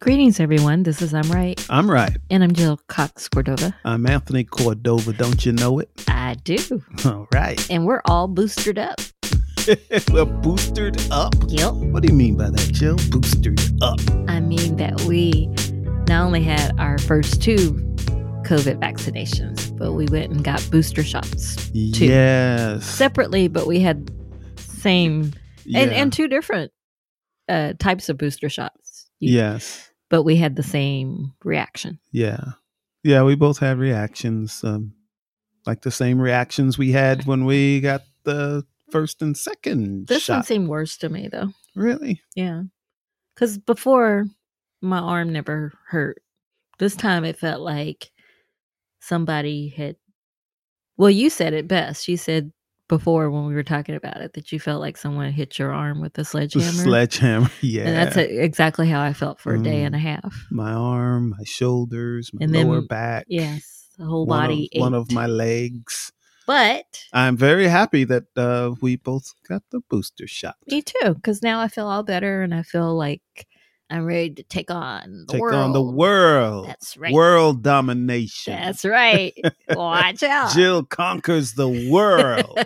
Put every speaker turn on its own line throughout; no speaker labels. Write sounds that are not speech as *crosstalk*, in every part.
Greetings, everyone. This is I'm Right,
I'm right.
and I'm Jill Cox Cordova.
I'm Anthony Cordova. Don't you know it? *laughs*
I do.
All right. *laughs*
And we're all boosted up.
We're boosted up.
Yep.
What do you mean by that, Jill? Boosted up.
I mean, that we not only had our first two COVID vaccinations, but we went and got booster shots
Yes.
separately, but we had same
yeah.
and, and two different uh, types of booster shots. You-
yes.
But we had the same reaction.
Yeah. Yeah. We both had reactions, um, like the same reactions we had when we got the first and second
This one
shot.
seemed worse to me, though.
really?
Yeah. Because before, my arm never hurt. This time it felt like somebody had. Well, you said it best. You said before when we were talking about it that you felt like someone hit your arm with a
The
sledgehammer.
*laughs* sledgehammer. Yeah.
And that's e- exactly how I felt for a day
Mm.
and a half.
my arm, my shoulders, my
And then-
lower back.
Yes. The whole
one of-
body.
one of
ached.
my legs.
But
I'm very happy that uh, we both got the booster shot.
me too, because now I feel all better and I feel like I'm ready to take on the
Take
world.
on the world.
That's right.
World domination.
That's
*laughs*
right. Watch out.
Jill conquers the
*laughs*
world.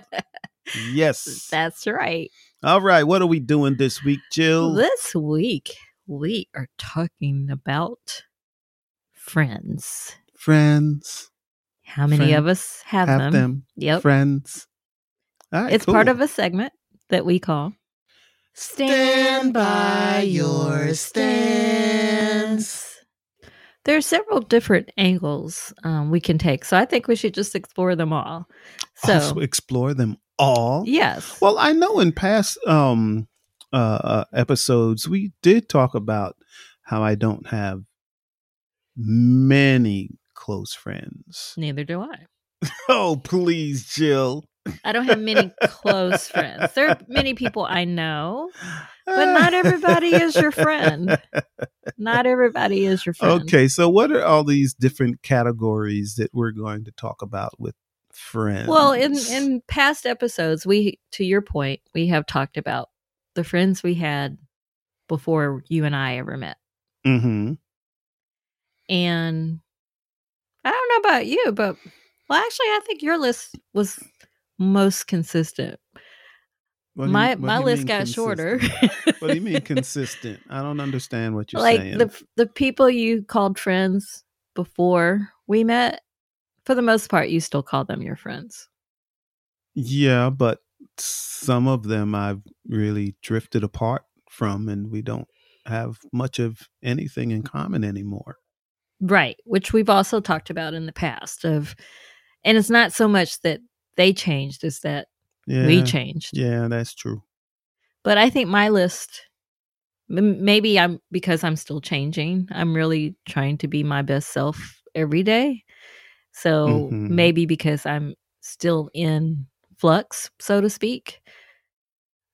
yes.
That's right.
All right. What are we doing this week, Jill?
This week, we are talking about friends.
Friends.
How many of us have,
Have
them?
them.
Yep.
Friends. All right,
it's part
cool.
of a segment that we call
Stand by your stands.
There are several different angles um, we can take, so I think we should just explore them all. So,
also explore them all.
yes.
Well, I know in past um, uh, uh, episodes we did talk about how I don't have many close friends.
Neither do I.
*laughs* Oh, please, Jill.
I don't have many close friends. There are many people I know, but not everybody is your
*laughs*
friend. Not everybody is your friend.
Okay, so what are all these different categories that we're going to talk about with friends?
Well, in in past episodes, we to your point, we have talked about the friends we had before you and I ever met.
hmm
And I don't know about you, but well, actually, I think your list was most consistent. my my list got shorter.
what do
*laughs*
you mean consistent? I don't understand what you're
like
saying.
the the people you called friends before we met, for the most part, you still call them your friends.
Yeah, but some of them I've really drifted apart from, and we don't have much of anything in common anymore.
Right, which we've also talked about in the past of and it's not so much that they changed it's that
Yeah,
we changed.
yeah,
*laughs*
that's true.
But I think my list m- maybe I'm because I'm still changing. I'm really trying to be my best self every day. So
Mhm.
maybe because I'm still in flux, so to speak,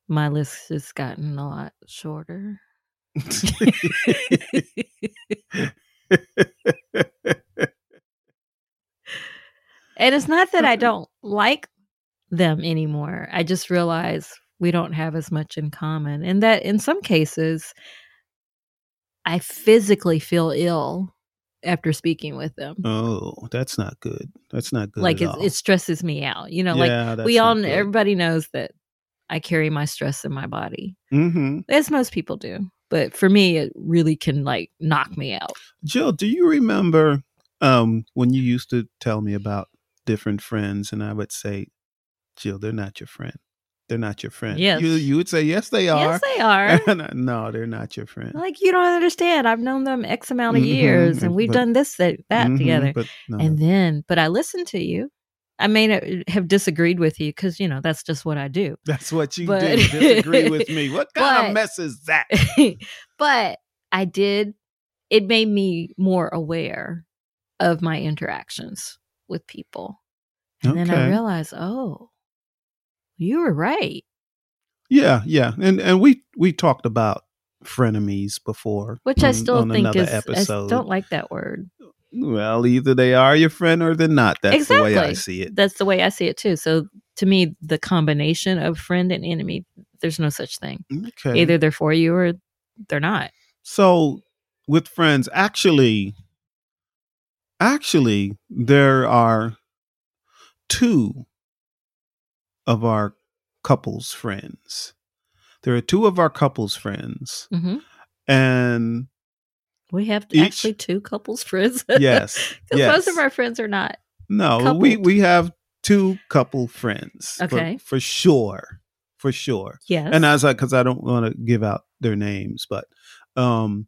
my list has gotten a lot shorter. And it's not that I don't like them anymore. I just realize we don't have as much in common. And that in some cases, I physically feel ill after speaking with them.
oh, that's not good. That's not good.
like
at
it,
all.
it stresses me out. You know, like
yeah,
we all, kn- everybody knows that I carry my stress in my body,
hmm
as most people do. But for me, it really can like knock me out.
Jill, do you remember um, when you used to tell me about different friends, and I would say, Jill, they're not your friend. They're not your friend.
Yes.
You, you would say, yes, they
Yes,
are.
they
*laughs*
are.
And I- no, they're not your friend.
like you don't understand. I've known them X amount of
Mhm,
years, and
and-
we've
but-
done this, that, that
Mhm,
together.
But no,
And then, but I listened to you. I may not uh, have disagreed with you because, you know, that's just what I do.
*laughs*
*laughs*
that's what you
but-
do. Disagree
*laughs*
with me. What kind
But-
of mess is that?
but I did, it made me more aware of my interactions with people. *laughs* And then I
Okay.
realized, oh, you were right.
Yeah, yeah. And and we we talked about frenemies before,
Which I
on-
still
on
think
another
is, I s-
episode.
don't like that word.
well, either they are your friend or they're not. That's the way I
Exactly.
see it.
That's the way I see it too. So to me, the combination of friend and enemy, there's no such thing.
Okay.
Either they're for you or they're not.
So with friends, actually, actually, there are two of our couples friends. There are two of our couples friends,
hmm *laughs*
and
We have
Each-
actually two couples friends. *laughs*
yes,
Because most
yes.
of our friends are not.
No, we
Coupled.
we have two couple friends. for-
Okay.
For, sure. For sure.
Yes.
And as I cuz I don't want to give out their names, but um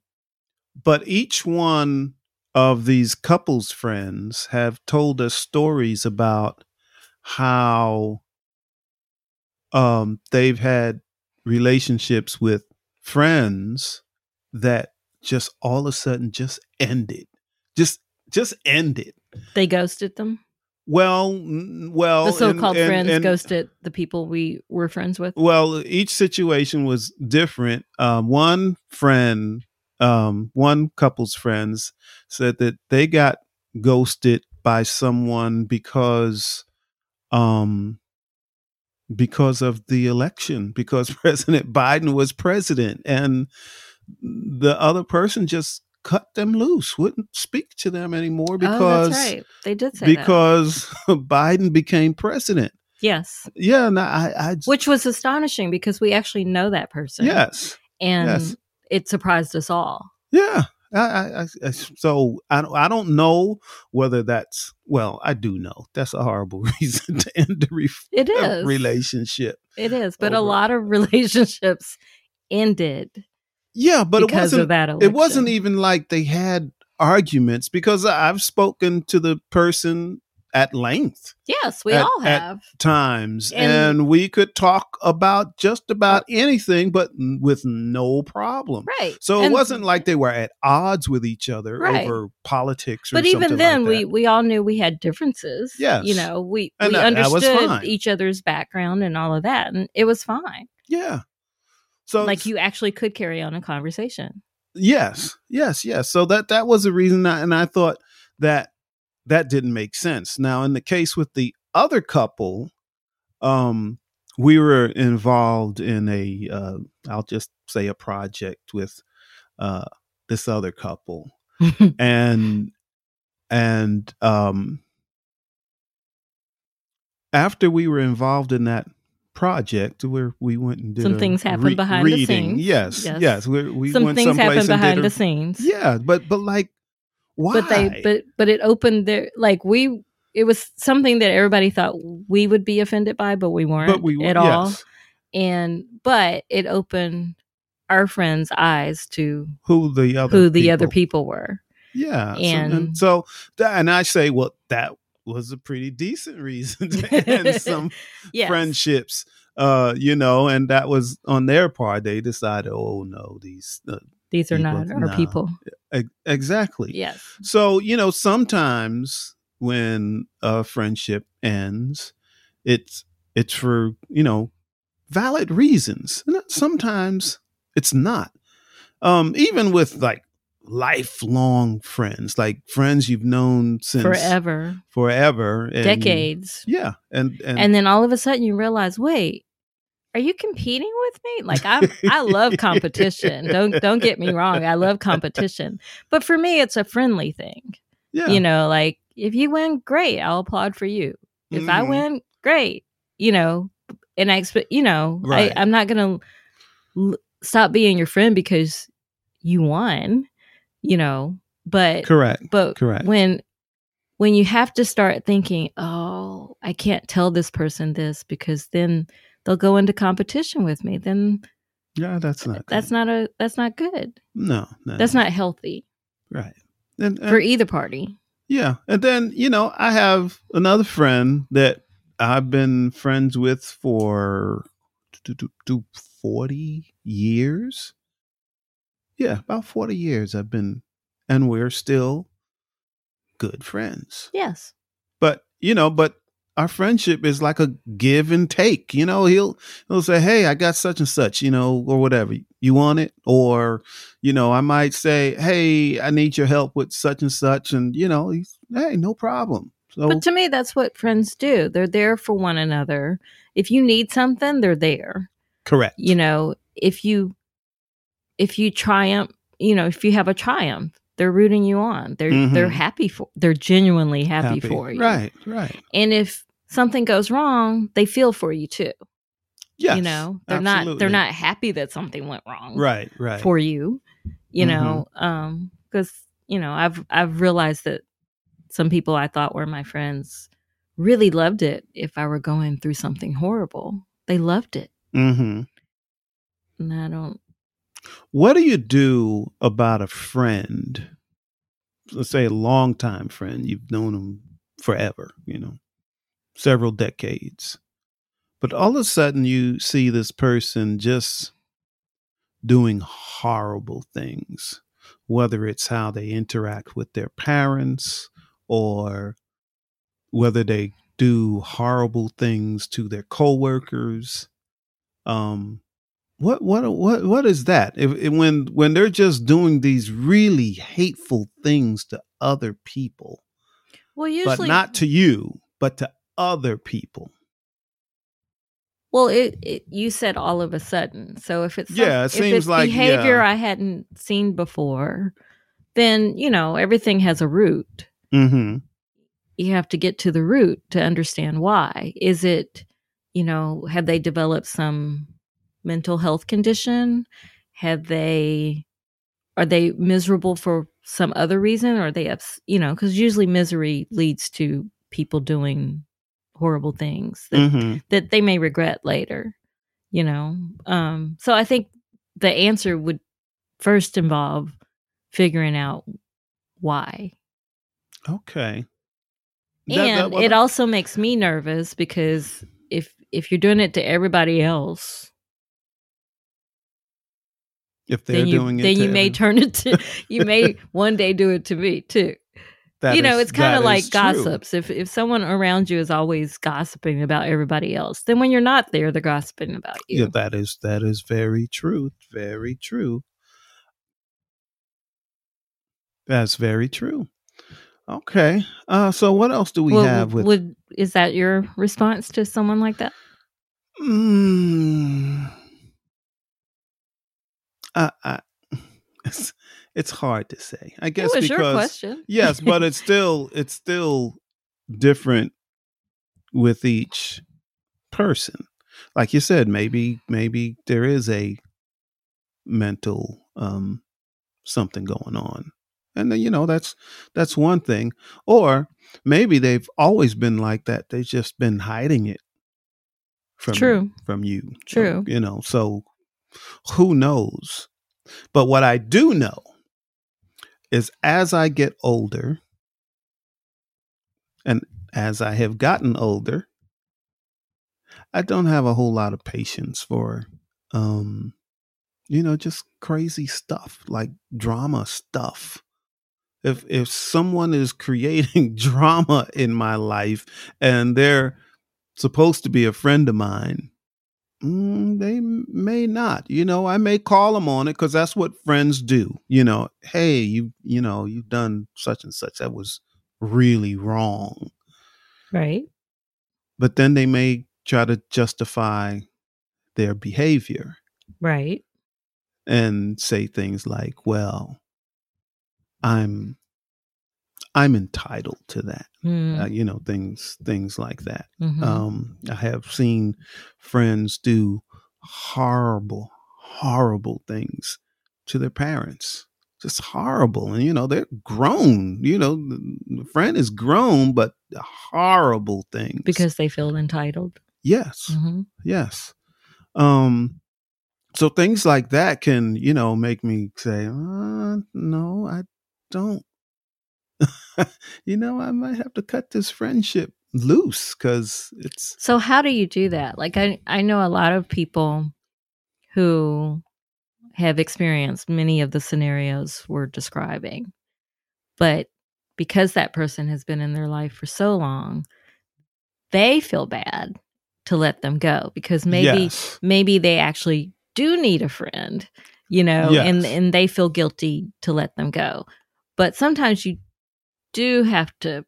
but each one of these couples friends have told us stories about how um they've had relationships with friends that just all of a sudden just ended. Just just ended.
they ghosted them.
Well, n- well,
the
Oh, and-
so-called
and-
friends
and- Oh,
ghosted the people we were friends with.
Well, each situation was different. Um, one friend, um, one couple's friends said that they got ghosted by someone because, um, because of the election, because *laughs* President Biden was president, and the other person just cut them loose, wouldn't speak to them anymore
oh,
because
that's right. They did say that.
because *laughs* Biden became president.
Yes,
Yeah, and I, I j-
which was astonishing because we actually know that person.
yes,
and
yes.
it surprised us all.
yeah. I, I, I, I- so I don't, I don't know whether that's well. I do know that's a horrible *laughs* reason to end the re-
It is
relationship.
It is, but a
Over.
lot of *laughs* relationships ended
Yeah, but it
because
wasn't.
of that. Election.
it wasn't even like they had arguments because I- I've spoken to the person at length
Yes, we
at-
all
at-
have.
times and,
And-
we could talk about just about anything but n- with no problem
Right.
So it
And-
wasn't like they were at odds with each other
Right.
over politics. Or
But even
something
then,
like
we
that.
we all knew we had differences.
Yes.
You know, we
And
we
that- that was
understood
fine.
each other's background and all of that, and it was fine.
yeah. So
like you actually could carry on a
*laughs*
conversation.
yes, yes, yes. So that that was the reason, I, and I thought that that didn't make sense. Now, in the case with the other couple, um, we were involved in a, uh, I'll just say a project with uh, this other couple, and and um after we were involved in that project where we went and did
Some
a
things happened behind the
reading.
scenes.
yes yes,
Yes.
We, we
Some
went
things
someplace
happen
and did
behind
a-
the scenes.
yeah but but like why
But they but but it opened their like we it was something that everybody thought we would be offended by, but we weren't
but we
at
yes.
all. And but it opened our friends' eyes to
who the other
who the other people were.
yeah so- and
And-
so tha- and i say well that was a pretty decent reason *laughs*
*laughs*
to end some
Yes.
friendships uh you know and that was on their part they decided oh no these uh,
These are not
People,
our
no.
people.
ex- exactly
Yes.
So, you know, sometimes when a friendship ends, it's it's for, you know, valid reasons. And sometimes it's not. Um even with like lifelong friends, like friends you've known since
Forever.
forever and-
Decades.
Yeah, and and,
and then all of a sudden you realize wait are you competing with me like i'm i
*laughs*
love competition don't don't get me wrong i love competition but for me it's a friendly thing
yeah.
you know like if you win great i'll applaud for you if i
Mhm.
win great you know and i expect you know
Right.
I, i'm not gonna l- stop being your friend because you won you know but
correct.
but
Correct.
when when you have to start thinking, oh, I can't tell this person this because then they'll go into competition with me. Then
Yeah, that's not good.
that's not a that's not good.
no, no.
That's not healthy
right. And, and
for either party.
Yeah. And then, you know, I have another friend that I've been friends with for do, do, do 40 years. Yeah, about 40 years I've been, and we're still good friends.
Yes.
But, you know, but our friendship is like a give and take. You know, he'll he'll say, "Hey, I got such and such," you know, or whatever. You want it? Or, you know, I might say, "Hey, I need your help with such and such," and you know, he's, "Hey, no problem." So
But to me, that's what friends do. They're there for one another. If you need something, they're there.
correct.
You know, if you if you triumph you know, if you have a triumph, they're rooting you on. They're
Mhm.
they're happy for they're genuinely happy, for you.
Right, right.
And if something goes wrong, they feel for you too.
Yes.
you know, they're not
absolutely.
they're not happy that something went wrong
Right, right.
for you. You
Mhm.
know, um cuz you know, I've I've realized that some people I thought were my friends really loved it if I were going through something horrible. They loved it.
hmm
And I don't
What do you do about a friend? Let's say a longtime friend. You've known them forever, you know, several decades. But all of a sudden, you see this person just doing horrible things, whether it's how they interact with their parents or whether they do horrible things to their coworkers. Um, what what what what is that? If, if- when when they're just doing these really hateful things to other people,
Well, usually
but not to you, but to other people.
Well, it, it you said all of a sudden. So if it's some-
Yeah, it
if
seems
it's
like,
behavior
yeah.
I hadn't seen before, then you know everything has a root.
Mm-hmm.
You have to get to the root to understand why. Is it, you know, have they developed some mental health condition? Have they are they miserable for some other reason? Or are they ups, you know, because usually misery leads to people doing horrible things that
Mm-hmm.
that they may regret later you know um so i think the answer would first involve figuring out why
Okay.
and it also makes me nervous because if if you're doing it to everybody else
if they're
then you
doing it,
then
to
you may
every-
turn it to *laughs* you may
*laughs*
one day do it to me too
that
you know
is-
it's kind
that
of
is
like
true.
gossips if if someone around you is always gossiping about everybody else then when you're not there they're gossiping about you
Yeah, that is that is very true. Very true. That's very true. Okay. Uh, so what else do we
Well,
have with
would is that your response to someone like that?
Mm. I, I, *laughs* it's, it's hard to say. I guess
it was
because
your question. *laughs*
yes, but it's still it's still different with each person. Like you said, maybe maybe there is a mental um something going on. And then you know that's that's one thing. Or maybe they've always been like that. They've just been hiding it from
True.
from you.
True.
You know, so who knows? But what I do know is as I get older, and as I have gotten older, I don't have a whole lot of patience for, um, you know, just crazy stuff like drama stuff. If if someone is creating *laughs* drama in my life and they're supposed to be a friend of mine, mm, they m- may not. You know, I may call them on it because that's what friends do. You know, hey, you you know, you've done such and such. That was really wrong
Right.
but then they may try to justify their behavior
Right.
and say things like well i'm i'm entitled to that
Mm,
uh, you know things things like that
mhm.
um i have seen friends do horrible horrible things to their parents just horrible and you know they're grown you know the the friend is grown but horrible things
because they feel entitled.
yes
Mhm.
Yes. Um so things like that can, you know, make me say, uh, no, I don't. *laughs* you know, I might have to cut this friendship loose cuz it's
So how do you do that? Like I I know a lot of people who have experienced many of the scenarios we're describing. But because that person has been in their life for so long, they feel bad to let them go because maybe
yes.
maybe they actually do need a friend, you know,
Yes.
and and they feel guilty to let them go. But sometimes you do have to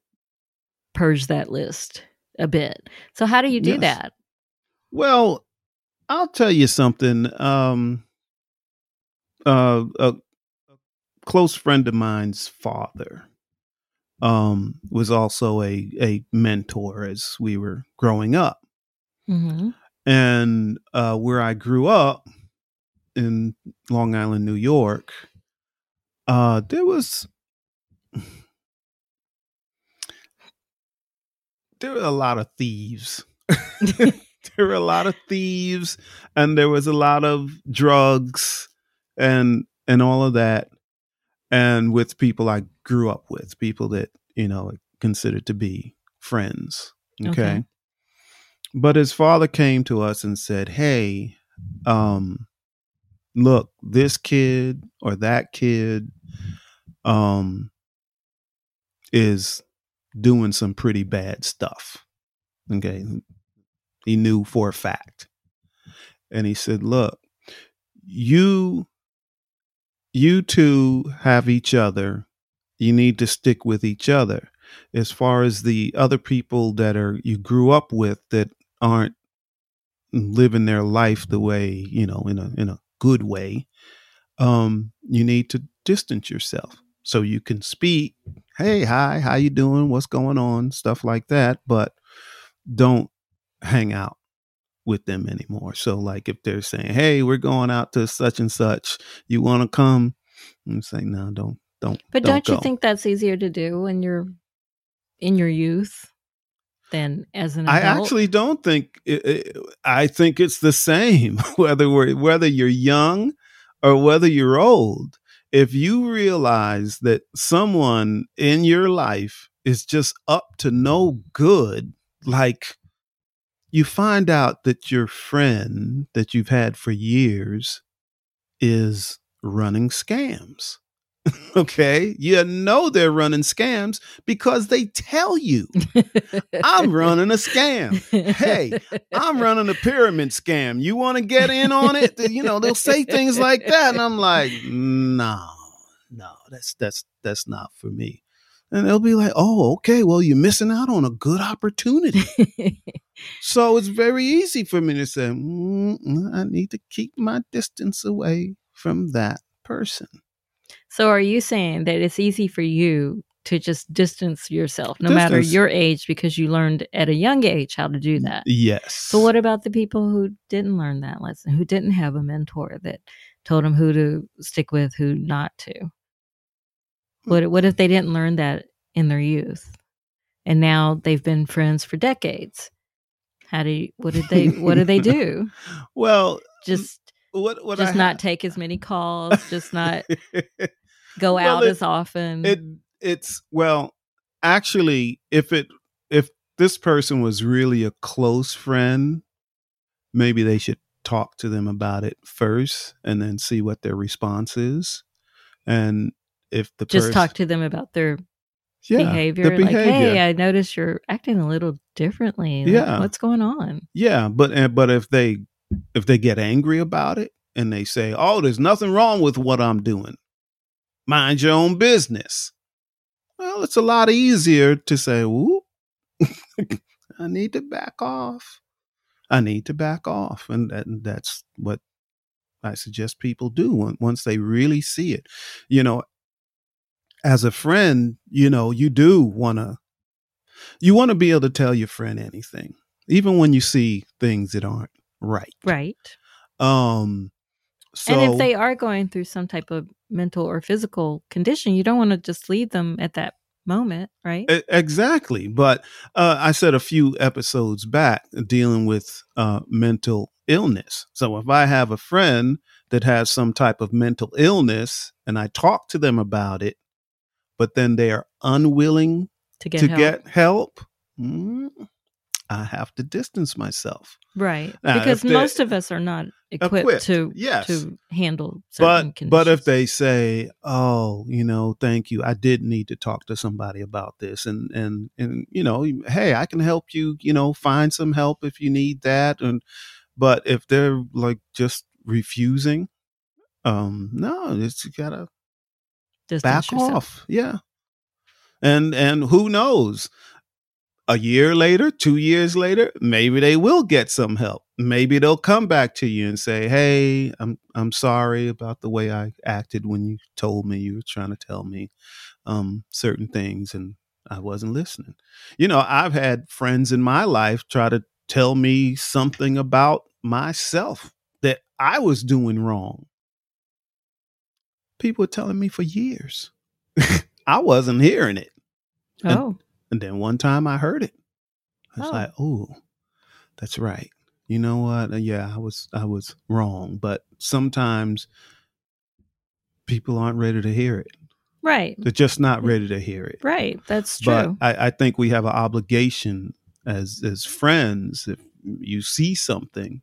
purge that list a bit. So how do you do
Yes.
that?
Well, I'll tell you something. Um, uh, a, close friend of mine's father um, was also a a mentor as we were growing up, *laughs*
Mm-hmm. *laughs*
and uh, where I grew up in Long Island, New York, uh, there was *sighs* there were a lot of thieves. there were a lot of thieves, and there was a lot of drugs, and and all of that, and with people I grew up with, people that you know considered to be friends. okay.
Okay.
But his father came to us and said, Hey, um, look, this kid or that kid um, is doing some pretty bad stuff. Okay. He knew for a fact. And he said, Look, you you two have each other. You need to stick with each other as far as the other people that are you grew up with that aren't living their life the way you know in a in a good way um you need to distance yourself so you can speak hey hi how you doing what's going on stuff like that but don't hang out with them anymore so like if they're saying hey we're going out to such and such you want to come i'm saying no don't don't
But don't, you
go."
think that's easier to do when you're in your youth than as an
I
adult?
actually don't think. It, it, I think it's the same *laughs* whether we're, whether you're young or whether you're old. If you realize that someone in your life is just up to no good, like you find out that your friend that you've had for years is running scams. *laughs* okay, you know they're running scams because they tell you.
*laughs*
I'm running a scam. Hey, I'm running a pyramid scam. You want to get in
*laughs*
on it? Then, You know, they'll say things like that. And I'm like, no, no, that's that's that's not for me. And they'll be like, oh, okay, well, you're missing out on a
*laughs*
good opportunity. So it's very easy for me to say, mm, I need to keep my distance away from that person.
so are you saying that it's easy for you to just distance yourself no matter
Distance.
your age because you learned at a young age how to do that?
Yes.
So what about the people who didn't learn that lesson, who didn't have a mentor that told them who to stick with, who not to?
Hmm.
What what if they didn't learn that in their youth, and now they've been friends for decades? How do you, what did they what
*laughs*
do they do?
Well,
Just
what what
just
I
not take as
*laughs*
many calls, just not go
Well,
out
it-
as often.
it it's well actually if it if this person was really a close friend maybe they should talk to them about it first and then see what their response is and if the
just
pers-
talk to them about their
yeah,
behavior.
the
Like,
behavior.
hey, I noticed you're acting a little differently. Like,
Yeah.
what's going on?
yeah but and, but if they if they get angry about it and they say oh there's nothing wrong with what i'm doing mind your own business well it's a lot easier to say whoop *laughs* I need to back off. I need to back off. And that, and that's what I suggest people do on- once they really see it. You know, as a friend, you know, you do want to, you want to be able to tell your friend anything, even when you see things that aren't right.
Right.
Um, so
and if they are going through some type of mental or physical condition, you don't want to just leave them at that moment, right?
E- Exactly. But uh, I said a few episodes back dealing with uh, mental illness. So if I have a friend that has some type of mental illness and I talk to them about it, but then they are unwilling
to get
to
help.
get help, mm, I have to distance myself.
right.
Now, if
because
they-
most of us are not equipped,
Equipped,
to
yes.
to handle certain
But
conditions.
but if they say, "Oh, you know, thank you. I did need to talk to somebody about this." And and and you know, "Hey, I can help you, you know, find some help if you need that." And but if they're like just refusing, um no, it's you got to
distance
back
yourself.
off. Yeah. And and who knows? A year later, 2 years later, maybe they will get some help. maybe they'll come back to you and say, "Hey, I'm I'm sorry about the way I acted when you told me you were trying to tell me um, certain things and I wasn't listening." You know, I've had friends in my life try to tell me something about myself that I was doing wrong. People were telling me for years. *laughs* I wasn't hearing it.
Oh,
And then one time I heard it. I was
Oh.
like, oh, that's right. You know what? Uh, Yeah, I was I was wrong. But sometimes people aren't ready to hear it.
right,
They're just not ready to hear it.
right. That's
But
true.
I, I think we have an obligation as as friends, if you see something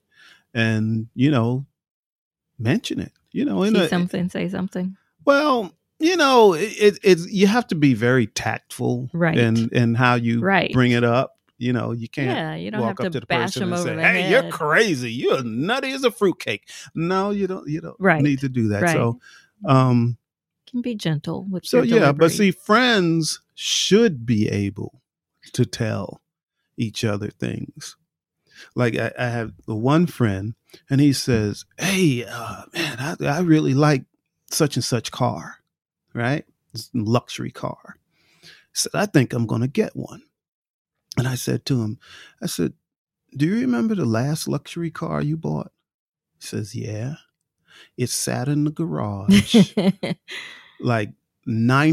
and you know, mention it. You know, in
See
a,
something, say something.
well, you know, it, it, it's you have to be very tactful,
Right.
And and how you
Right.
bring it up. You know, you can't
yeah, you don't have
walk
to,
up to the
bash
person
them
and
over
say,
the
"Hey,
head.
you're crazy. You're nutty as a fruitcake." No, you don't. You don't
Right.
need to do that.
Right.
So, um,
Can be gentle with
so
your
yeah, but
delivery.
see, friends should be able to tell each other things. Like I, I have the one friend, and he says, "Hey, uh, man, I, I really like such and such car, right? This luxury car." said, "I think I'm going to get one." And I said to him, "I said, do you remember the last luxury car you bought?" He says, "Yeah, it sat in
*laughs*
the garage." like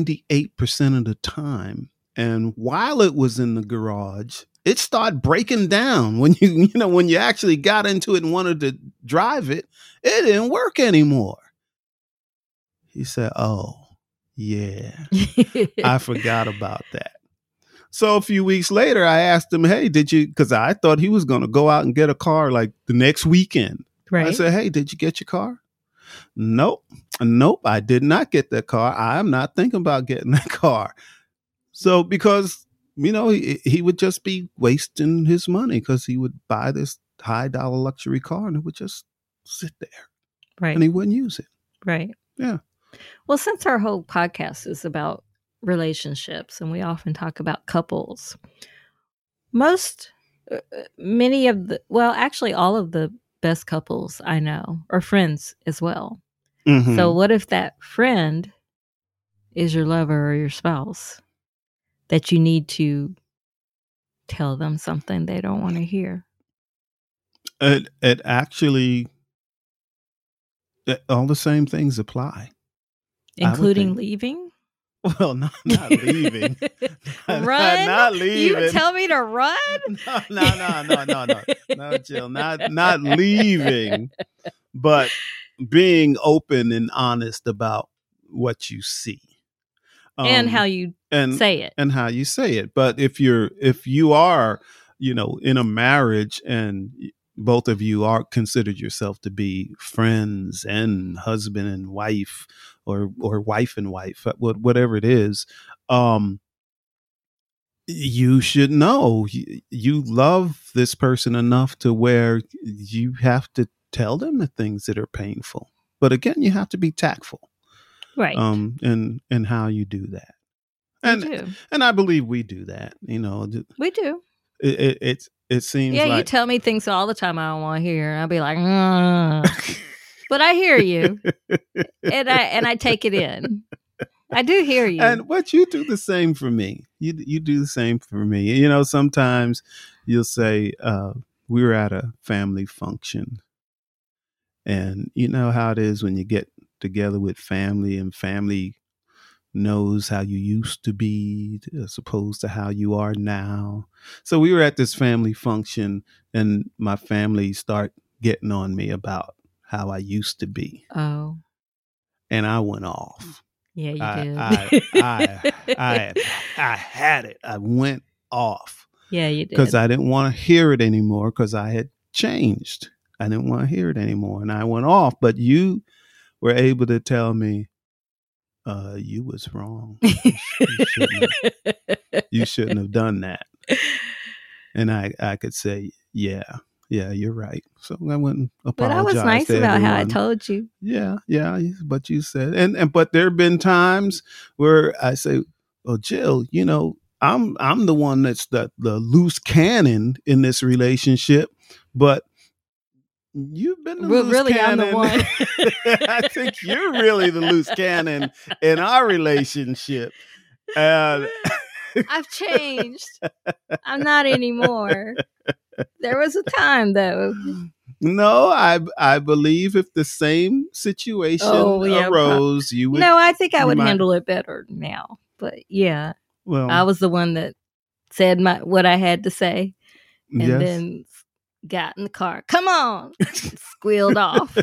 98% of the time. And while it was in the garage, it started breaking down *laughs* when you, you know, when you actually got into it and wanted to drive it, it didn't work anymore. He said, Oh, yeah,
*laughs*
I forgot about that. So a few weeks later, I asked him, Hey, did you? Because I thought he was going to go out and get a car like the next weekend.
right.
I said, "Hey, did you get your car?" Nope, nope, I did not get that car. I am not thinking about getting *laughs* that car. So because you know he, he would just be wasting his money because he would buy this high dollar luxury car and it would just sit there
right.
and he wouldn't use it.
Right.
Yeah.
Well, since our whole podcast is about relationships and we often talk about couples, most, uh, uh, many of the, well, actually, all of the best couples I know are friends as well. So,
Hmm.
what if that friend is your lover or your spouse that you need to tell them something they don't want to hear?
it it actually it- all the same things apply. *laughs* I would
Including
think-
leaving?
Well, not,
*laughs*
not leaving, *laughs*
run?
not
You
leaving.
tell me to run?
*laughs* no, no, no, no,
*laughs*
no, no, no, Jill, not not leaving, but being open and honest about what you see
and
Um,
how you
and
say it.
and how you say it. But if you're if you are, you know, in a marriage and both of you are considered yourself to be friends and husband and wife or or wife and wife, wha- whatever it is, um you should know you, you love this person enough to where you have to tell them the things that are painful. But again, you have to be tactful
Right.
um in in how you do that.
we
And
do.
and I believe we do that. You know, it
We do.
it it, it seems
Yeah, you
like
tell me things all the time I don't want to hear. And I'll be like, "Mm." but I hear
*laughs*
you. and I and I take it in. I do hear you.
and what you do the same for me. You you do the same for me. You know, sometimes you'll say uh, we were at a family function, and you know how it is when you get together with family and family knows how you used to be as opposed to how you are now. So we were at this family function and my family start getting on me about how I used to be.
oh,
and I went off.
yeah, you
I-
did. *laughs*
I- I I had it. I went off
yeah, you did.
because I didn't want to hear it anymore because I had changed. I didn't want to hear it anymore, and I went off. But you were able to tell me uh, you was wrong. You, sh- you
*laughs*
shouldn't have, you shouldn't have done that. And I I could say yeah. Yeah, you're right. So I went and
but I
apologized.
was nice
to
about how I
everyone.
told you.
Yeah, yeah, you- but you said and and but there have been times where I say, "Well, Jill, you know, I'm I'm the one that's the the loose cannon in this relationship, but You've been the
Well,
loose
really, I'm
cannon.
the one.
*laughs* I think you're really the loose cannon in our relationship. And
I've changed. I'm
*laughs*
not anymore. There was a time though.
no, I I believe if the same situation
Oh, yeah, prob-
arose, you would.
No, I think I
you
would
might-
handle it better now. But yeah,
well,
I was the one that said my what I had to say and
yes.
then s- got in the car. Come on. Squealed off.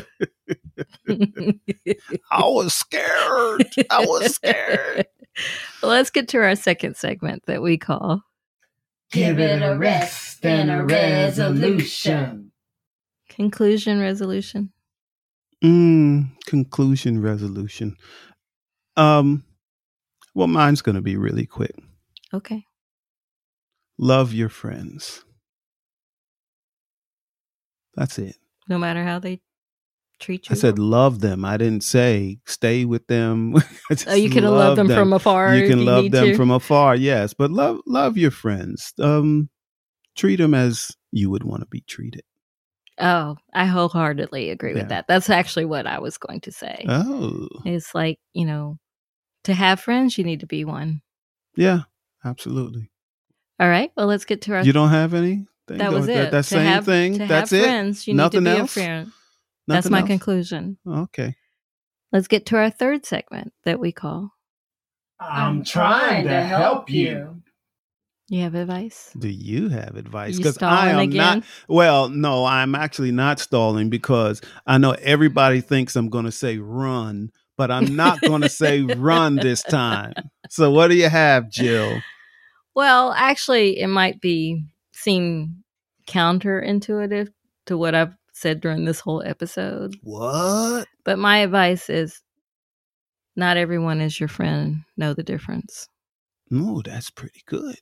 *laughs*
*laughs*
I was scared. I was scared.
Let's get to our second segment that we call.
Give it a rest and a resolution.
Conclusion resolution.
Mm, conclusion resolution. Um, well, mine's going to be really quick.
Okay.
Love your friends. That's it.
No matter how they treat you.
I said love them. I didn't say stay with them. *laughs* I just
oh, you can love, them, from afar.
you
if
can love
need
them
to.
from afar, yes, but love love your friends. Um, treat them as you would want to be treated.
Oh, I wholeheartedly agree
Yeah.
with that. That's actually what I was going to say.
Oh,
it's like, you know, to have friends, you need to be one.
yeah, absolutely.
All right. Well, let's get to our.
You don't have any.
that was it.
That,
To
same
have-
thing.
To
That's
have
it.
friends, you
Nothing
need to be
else?
a friend. That's
Nothing
my
else?
conclusion.
Okay.
Let's get to our third segment that we call.
I'm trying to help you.
You have advice?
Do you have advice?
You
Because I am
stalling
not
again?
Well, no, I'm actually not stalling because I know everybody thinks I'm going to say run, but I'm not going to
*laughs*
say run this time. So what do you have, Jill?
Well, actually, it might be seem counterintuitive to what I've said during this whole episode.
What?
But my advice is not everyone is your friend. Know the difference.
No, that's pretty good.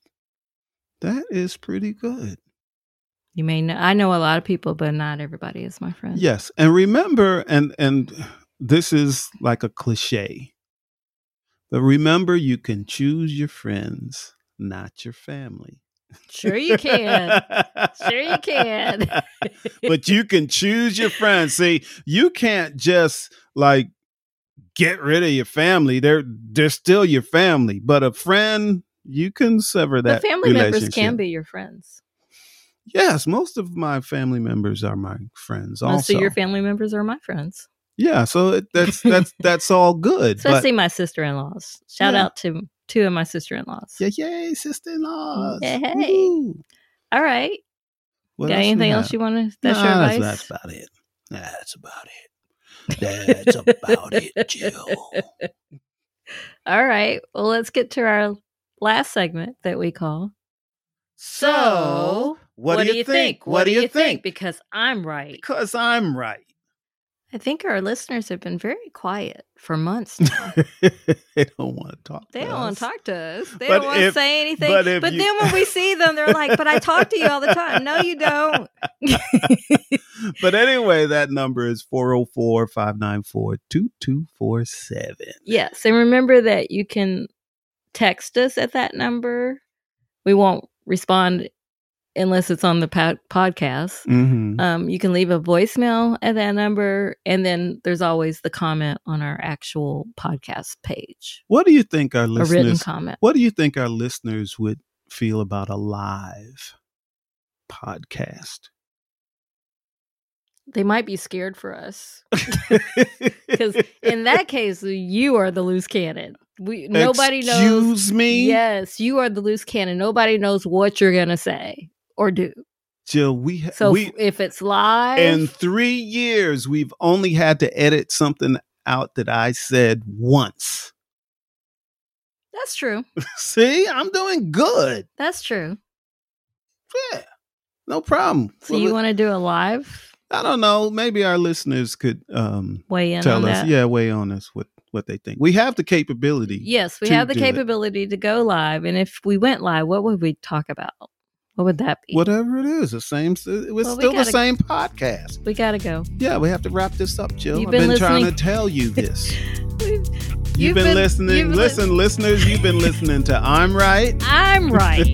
That is pretty good.
You may know, I know a lot of people, but not everybody is my friend.
Yes, and remember and and this is like a cliche. But remember you can choose your friends, not your family.
Sure, you can. Sure you can.
*laughs* but you can choose your friends. See, you can't just like get rid of your family. They're they're still your family, but a friend you can sever
but
that.
family members can
relationship.
be your friends.
Yes, most of my family members are my friends. Also,
Most of Oh, your family members are my friends.
yeah. So it,
*laughs*
that's that's that's all good. but
Especially my sister in laws. Shout
Yeah.
out to two of my sister in laws.
yeah, yay, sister-in-laws.
Yay.
Woo.
All right.
What
Got
else we
anything
have?
else you want to? That's your
Nah,
advice.
That's, that's about it. That's about it. That's
*laughs*
about it, Jill.
All right. Well, let's get to our last segment that we call.
So, what, do, you think? What do you think?
Because I'm right.
Because
*laughs*
I'm right. *laughs*
I think our listeners have been very quiet for months.
*laughs*
Now.
they don't want to talk.
They don't want to talk to us. They
But
don't want to
if-
say anything.
but
But,
if you-
then when we see them, they're like, "But I talk to you all the time." No, you don't. *laughs*
*laughs* But anyway, that number is 404 594 2247.
Yes, and remember that you can text us at that number. We won't respond unless it's on the pod- podcast.
Mm-hmm.
Um, you can leave a voicemail at that number, and then there's always the comment on our actual podcast page,
What do you think our
a written
listeners?
comment.
What do you think our listeners would feel about a live podcast?
They might be scared for us
*laughs*
because in that case, you are the loose cannon. We nobody knows.
Excuse me.
Yes, you are the loose cannon. Nobody knows what you're gonna say or do.
Jill, we ha-
So
we
if, if it's live,
in three years we've only had to edit something out that I said once. *laughs*
that's true.
See, I'm doing good.
That's true.
Yeah, no problem.
So
Well,
you want to do a live
I don't know. Maybe our listeners could um,
weigh in
tell
on
us,
that?
yeah, weigh on us what what they think. We have the capability.
Yes, we
to
have the
do it.
capability to go live, and if we went live, what would we talk about? What would that be?
Whatever it is, the same. It's
Well, we
still the
gotta-
same podcast.
We gotta go.
Yeah, we have to wrap this up, Jill.
You've
I've
been *laughs*
been trying to
listening-
tell you this.
We've-
*laughs* You've, been, listening.
you've
Listen,
lis-
listeners, you've been listening to I'm
*laughs*
Right,
I'm
*laughs*
right.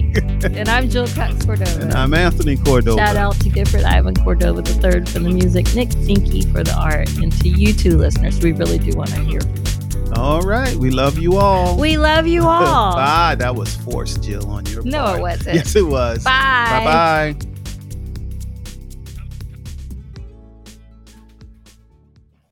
and I'm Jill Cox Cordova.
and I'm Anthony Cordova.
Shout out to Gifford Ivan Cordova III for the music, Nick Finke for the art, and to you two listeners. We really do want to hear. from
All right, we love you all.
you.
*laughs*
We love you all.
Bye. That was forced, Jill, on your
No,
part.
it wasn't.
Yes, it was.
Bye.
Bye bye.